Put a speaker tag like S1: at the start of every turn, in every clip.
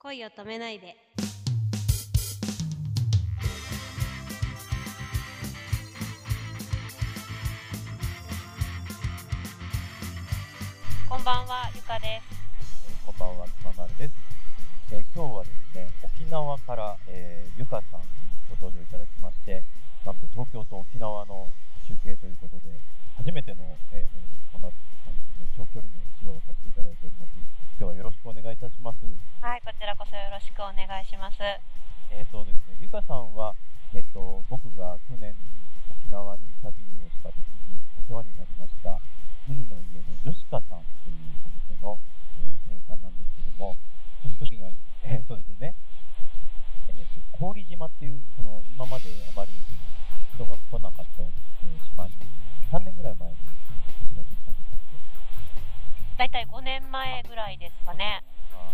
S1: 恋を止めないで。こんばんは、ゆかです。
S2: こんばんは、くままるです、えー今日はですね、沖縄から、えーゆかさんにご登場いただきまして、なんと東京と沖縄の中継ということで、初めての、えーこんな感じでね、長距離の指導をさせていただいております。今日はよろしくお願いいたします。
S1: はい、こちらこそよろしくお願いします。
S2: えっ、とですね、ゆかさんは、えっ、と、僕が去年沖縄に旅をした時にお世話になりました、海の家のヨシカさんというお店の、えー店員さんなんですけども、その時にあの、えーそうですよね、えーと、氷島っていう、その、今まであまり人が来なかった、えー島に、3年ぐらい前に私ができたんですけど、
S1: だいたい5年前ぐらいですかね。
S2: あ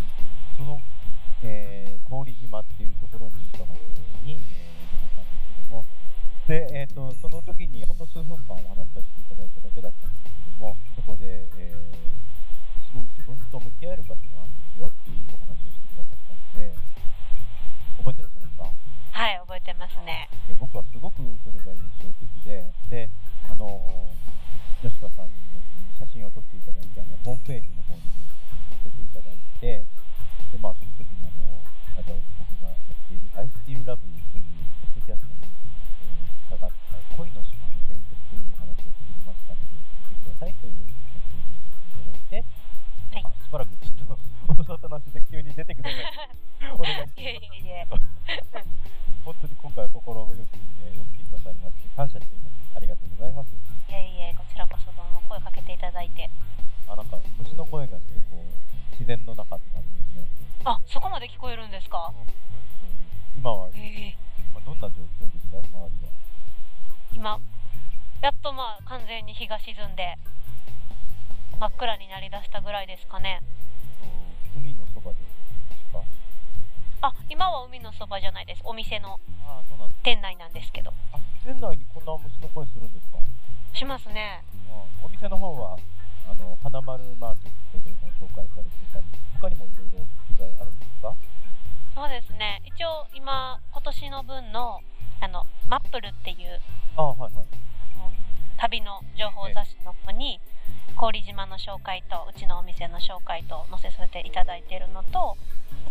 S2: その、えー、氷島っていうところに伺った時に、えー、出ましたんですけども、で、えー、とその時にほんの数分間お話しさせていただいただけだったんですけども、そこで、えー、すごい自分と向き合える場所なんですよっていうお話をしてくださったんで、覚えてらっしゃいますか
S1: はい、覚えてます ね。
S2: で僕はすごくそれが印象的で、で、あのー、吉田さんに写真を撮っていただいて、あのホームページの方に載せていただいて、で、まあ、その時にあの、あじゃあ僕がやっている、I Still Love You というポッドキャストに、えー、伺った恋の島の伝説というお話を作りましたので、聞いてくださいというメッセージをさせていただいて、
S1: はい
S2: あしばらくちょっと音沙汰なしで急に出てください。お願いします。
S1: いえいえ。
S2: 本当に今回は心よく、えー、お聞きくださりまして感謝していますありがとうございます
S1: いえいえ、こちらこそどうも声かけていただいて。
S2: あなんか虫の声がしてこう自然の中って感じですね
S1: あ、そこまで聞こえるんですか
S2: 今は、
S1: ええ
S2: まあ、どんな状況ですか周りは
S1: 今、やっとまあ完全に日が沈んで、真っ暗になりだしたぐらいですかね。
S2: と海のそばですか
S1: あ、今は海のそばじゃないです。お店の
S2: ああそうなんです
S1: 店内なんですけど。
S2: あ店内にこんな虫の声するんですか、
S1: しますね。
S2: まあ、お店の方はあの花丸マーケットでも紹介されてたり他にもいろいろ取材あるんですか
S1: そうですね。一応今、今年の分の、あの、マップルっていう
S2: ああはいはい
S1: 旅の情報雑誌の方に氷島の紹介とうちのお店の紹介と載せさせていただいているのと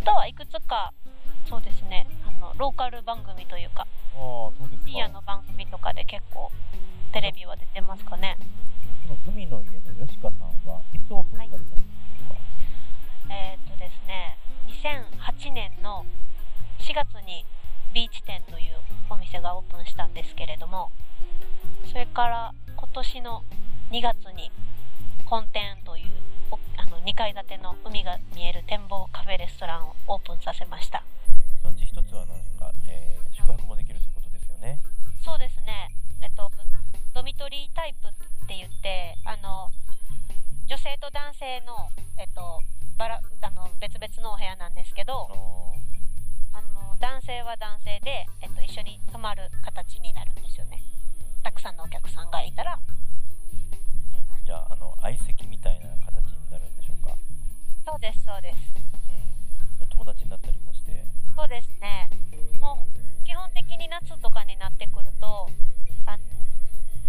S1: あとはいくつかそうですねあのローカル番組というか
S2: ああそうですか
S1: 深夜の番組とかで結構テレビは出てますかね、
S2: その海の家の吉川さんはいつオープンされたんですか、
S1: えーっとですね2008年の4月にビーチ店というお店がオープンしたんですけれどもそれから今年の2月に本店というおあの2階建ての海が見える展望カフェレストランをオープンさせました
S3: そのうち一つはなんか、えー宿泊もできるということですよね。
S1: そうですねえっとドミトリータイプって言ってあの女性と男性の、えっと、バラあの別々のお部屋なんですけど、
S3: あの
S1: あの男性は男性で、えっと、一緒に泊まる形になるんですよねたくさんのお客さんがいたら
S3: ーうんじゃああの相席みたいな形になるんでしょうか。
S1: そうですそうです
S3: うん、で友達になったりもして。
S1: そうですねもう基本的に夏とかになってくるとあの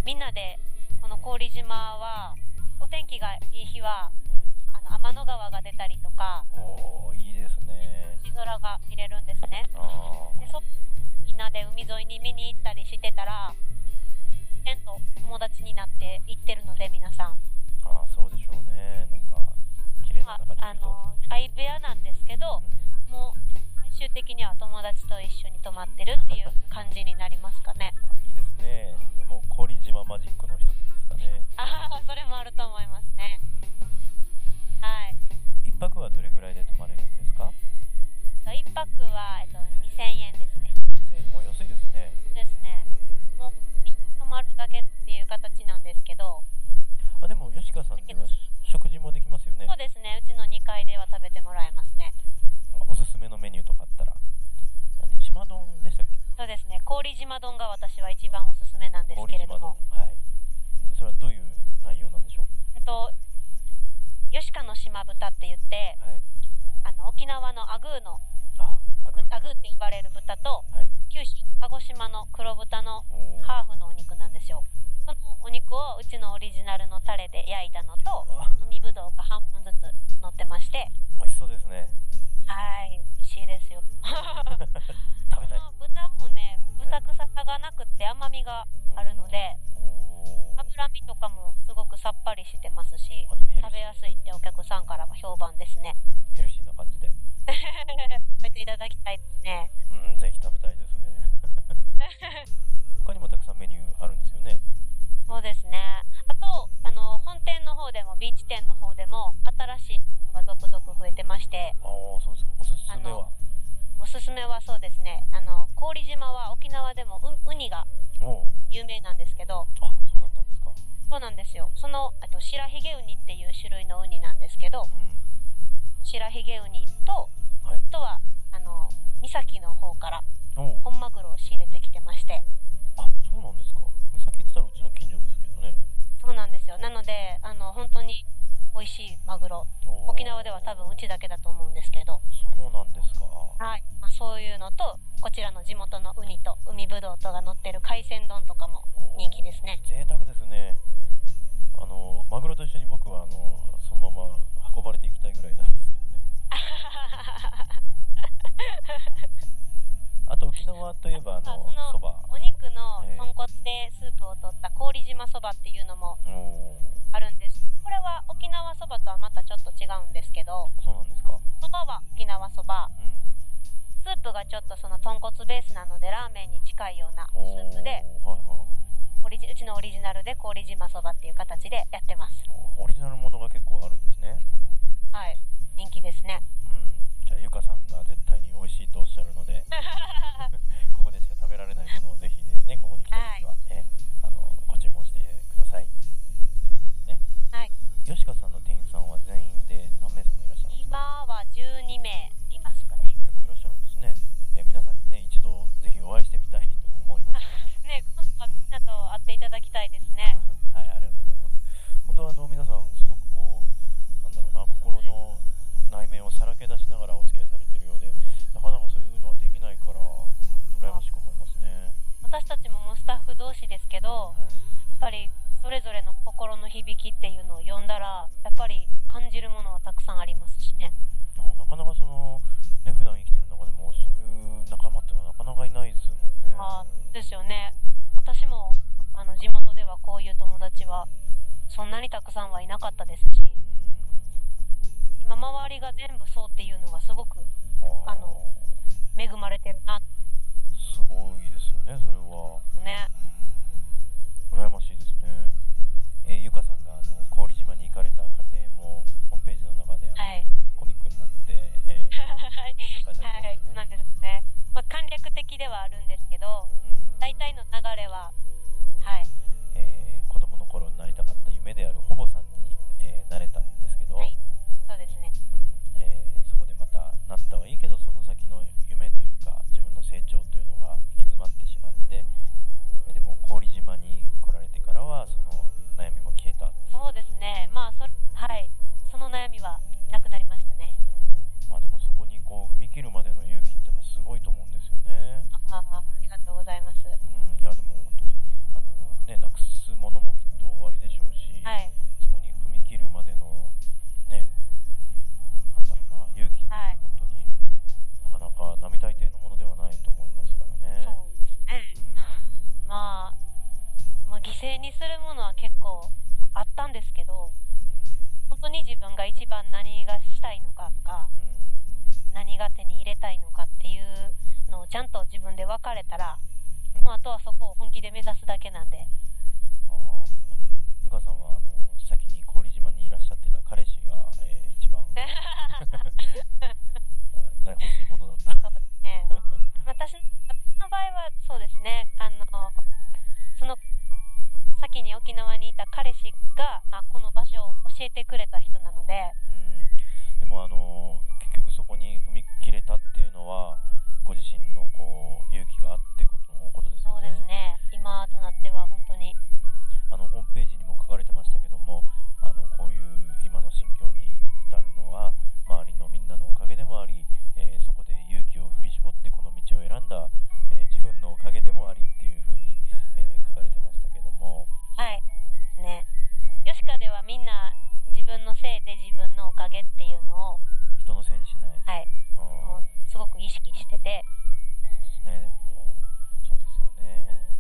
S1: みんなでこの郡島はお天気がいい日は
S3: う
S1: あの天の川が出たりとか
S3: ん、おーいいですね。
S1: 星空が見れるんですね
S3: あ
S1: でそみんなで海沿いに見に行ったりしてたら自然と友達になって行ってるので皆さ
S3: ー
S1: ん
S3: あーそうでしょうね。なんか綺麗な
S1: まあ
S3: 中にい
S1: あ
S3: ると。
S1: の相部屋なんですけ
S3: う
S1: ど
S3: ん
S1: もう最終的には友達と一緒に泊まってるっていう感じになりますかね
S3: あ いいですね。もう氷島マジックの一つですかね。
S1: ああそれもあると思いますねはい
S3: 一泊はどれぐらいで泊まれるんですか？
S1: 1泊は、えっと、2000円ですね
S3: えもう安いですね。
S1: そうですねもう泊まるだけっていう形なんですけど
S3: あでも吉川さんでは食事もできますよね
S1: そう。ですねうちの2階では食べてもらえますね
S3: おすすめのメニューとかあったら何島丼でしたっけ
S1: そうですね氷島丼が私は一番おすすめなんですけれども
S3: はいそれはどういう内容なんでしょう
S1: えっと吉川の島豚って言って
S3: はい
S1: あのの沖縄のアグーの
S2: あ、あぐ
S1: ぶアグーって呼ばれる豚と
S2: はい。
S1: 九州鹿児島の黒豚の
S2: おー
S1: ハーフのお肉なんですよそのお肉をうちのオリジナルのタレで焼いたのと
S2: あ
S1: 海ぶどうが半分ずつ乗ってまして
S2: 美味しそうですね。
S1: はい美味しいですよ
S2: 食べたい。
S1: この豚もね豚臭さがなくって甘みがあるので
S2: おー
S1: 脂身とかもすごくさっぱりしてますし
S2: あでもヘル
S1: 食べやすいってお客さんからは評判ですね
S2: ヘルシーな感じで。
S1: 食べていただきたいですね
S2: うん、ぜひ食べた いですね。他にもたくさんメニューあるんですよね。
S1: そうですねあとあの本店の方でもビーチ店の方でも新しいのが続々増えてまして
S2: ああ、そうですか。おすすめは。
S1: おすすめはそうですねあの郡島は沖縄でもウウニが
S2: おう
S1: 有名なんですけど
S2: あ、そうだったんですか。
S1: そうなんですよそのあと白ひげウニっていう種類のウニなんですけど
S2: うん。
S1: 白ひげウニと
S2: はい。
S1: あとはあの岬の方から
S2: おう
S1: 本マグロを仕入れてきてまして
S2: あ、そうなんですか。三崎って言ったらうちの近所ですけどね。
S1: そうなんですよなのであの本当に美味しいマグロ
S2: おー
S1: 沖縄では多分うちだけだと思うんですけど、
S2: そうなんですか。
S1: はいまあ、そういうのとこちらの地元のウニと海ぶどうとが乗ってる海鮮丼とかも
S2: おー
S1: 人気ですね
S2: 贅沢ですね。あのマグロと一緒に僕はあのそのまま運ばれていきたいぐらいなんですけどね。あと沖縄といえばあ
S1: あ
S2: の
S1: その
S2: そば。
S1: お肉の
S2: ええ
S1: 豚骨でスープを取った氷島そばっていうのも
S2: おお
S1: あるんですこれは沖縄そばとはまたちょっと違うんですけど
S2: ー、そうなんですか。
S1: そばは沖縄そば
S2: うん。
S1: スープがちょっとその豚骨ベースなのでラーメンに近いようなス
S2: おー
S1: ープで
S2: はいはい。
S1: オリジうちのオリジナルで氷島そばっていう形でやってます
S2: オリジナルものが結構あるんですね。
S1: はい人気ですね
S2: うん。じゃあゆかさんが絶対に美味しいとおっしゃるので、ここでしか食べられないものをぜひですね、ここに来た時は、ええあのご注文してください。ね。
S1: はい。
S2: 吉川さんの店員さんは全員で何名様いらっしゃるんです
S1: 今
S2: か。
S1: は12名いますかね
S2: 結構いらっしゃるんですね。え皆さんにね一度ぜひお会いしてみたいと思います。
S1: ね今度はみんなと会っていただきたいですね
S2: はい、ありがとうございます。本当はあの皆さんすごくこうなんだろうな心の内面をさらけ出しながらお付き合いされてるようで、なかなかそういうのはできないから羨ましく思いますね。
S1: 私たちももうスタッフ同士ですけど
S2: は
S1: や
S2: い、
S1: っぱりそれぞれの心の響きっていうのを読んだらやっぱり感じるものはたくさんありますしね
S2: ななかなかそのね普段生きてる中でもそういう仲間っていうのはなかなかいないですもんね。
S1: あですよね私もあの地元ではこういう友達はそんなにたくさんはいなかったですし
S2: うん
S1: 今周りが全部そうっていうのがすごく
S2: あー
S1: あの恵まれてるなっ
S2: すごいですよねそれは。
S1: てね
S2: うん羨ましいですね。えー、ゆかさんがあの氷島に行かれた家庭もホームページの中であの、
S1: はい
S2: コミックになって、えー、
S1: はい
S2: 紹介さ
S1: は
S2: れ
S1: い
S2: て
S1: な
S2: ますよ
S1: ん
S2: ね。
S1: ですね、まあ、簡略的ではあるんですけど
S2: うん
S1: 大体の流れははい
S2: えー子供の頃になりたかった夢であるほぼさんに、えーなれたんですけど、
S1: はいそうですね
S2: うんえーそこでまたなったはいいけどその先の夢というか自分の成長というのが行き詰まってしまって、えーでも氷島に来られてからはその悩みも消えた
S1: そうですねまあそはいその悩みはなくなりましたね
S2: まあでもそこにこう踏み切るまでの勇気ってのはすごいと思うんですよね。
S1: ああありがとうございます
S2: うん、いやでも本当にあのねなくすものもきっと終わりでしょうし、
S1: はい
S2: そこに踏み切るまでのねなんだろうな勇気って
S1: はい
S2: 本当になかなか並大抵のものではないと思いますからね。
S1: そうですね
S2: うん
S1: まあ、まあ、犠牲にするものは結構あったんですけど本当に自分が一番何がしたいのかとか
S2: うん
S1: 何が手に入れたいのかっていうのをちゃんと自分で分かれたら、まあ、あとはそこを本気で目指すだけなんで
S2: あーゆかさんはあの先に氷島にいらっしゃってた彼氏が、えー一番あ欲しいものだった。
S1: そうですね私の私の場合はそうですねあのその先に沖縄にいた彼氏が、まあ、この場所を教えてくれた人なので
S2: うんでもあの結局そこに踏み切れたっていうのはご自身のこう勇気があってことのことです
S1: そ
S2: よ
S1: うですね
S2: ね。
S1: 今となっては本当に
S2: うんあのホームページにも書かれてましたけどもあのこういう今の心境に至るのは周りのみんなのおかげでもあ
S1: はい、も
S2: うん
S1: うすごく意識してて
S2: そうですねもうそうですよね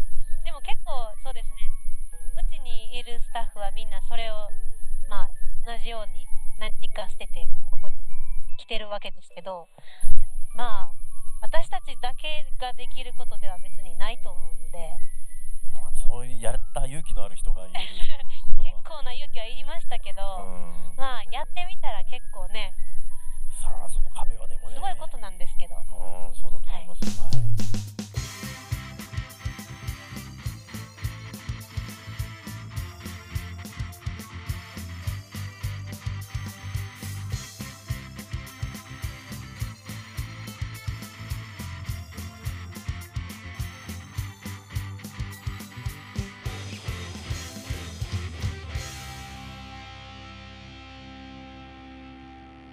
S1: でも結構そうですねうちにいるスタッフはみんなそれをまあ同じように何か捨ててここに来てるわけですけどまあ私たちだけができることでは別にないと思うので
S2: あそういうやった勇気のある人が言えるこ と
S1: 結
S2: は
S1: 構な勇気はいりましたけど、
S2: うん
S1: まあやってみたら結構ね
S2: さあその壁はでもね
S1: すごいことなんですけど
S2: うんそうだと思いますはい、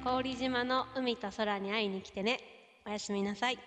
S1: 郡島の海と空に会いに来てねおやすみなさい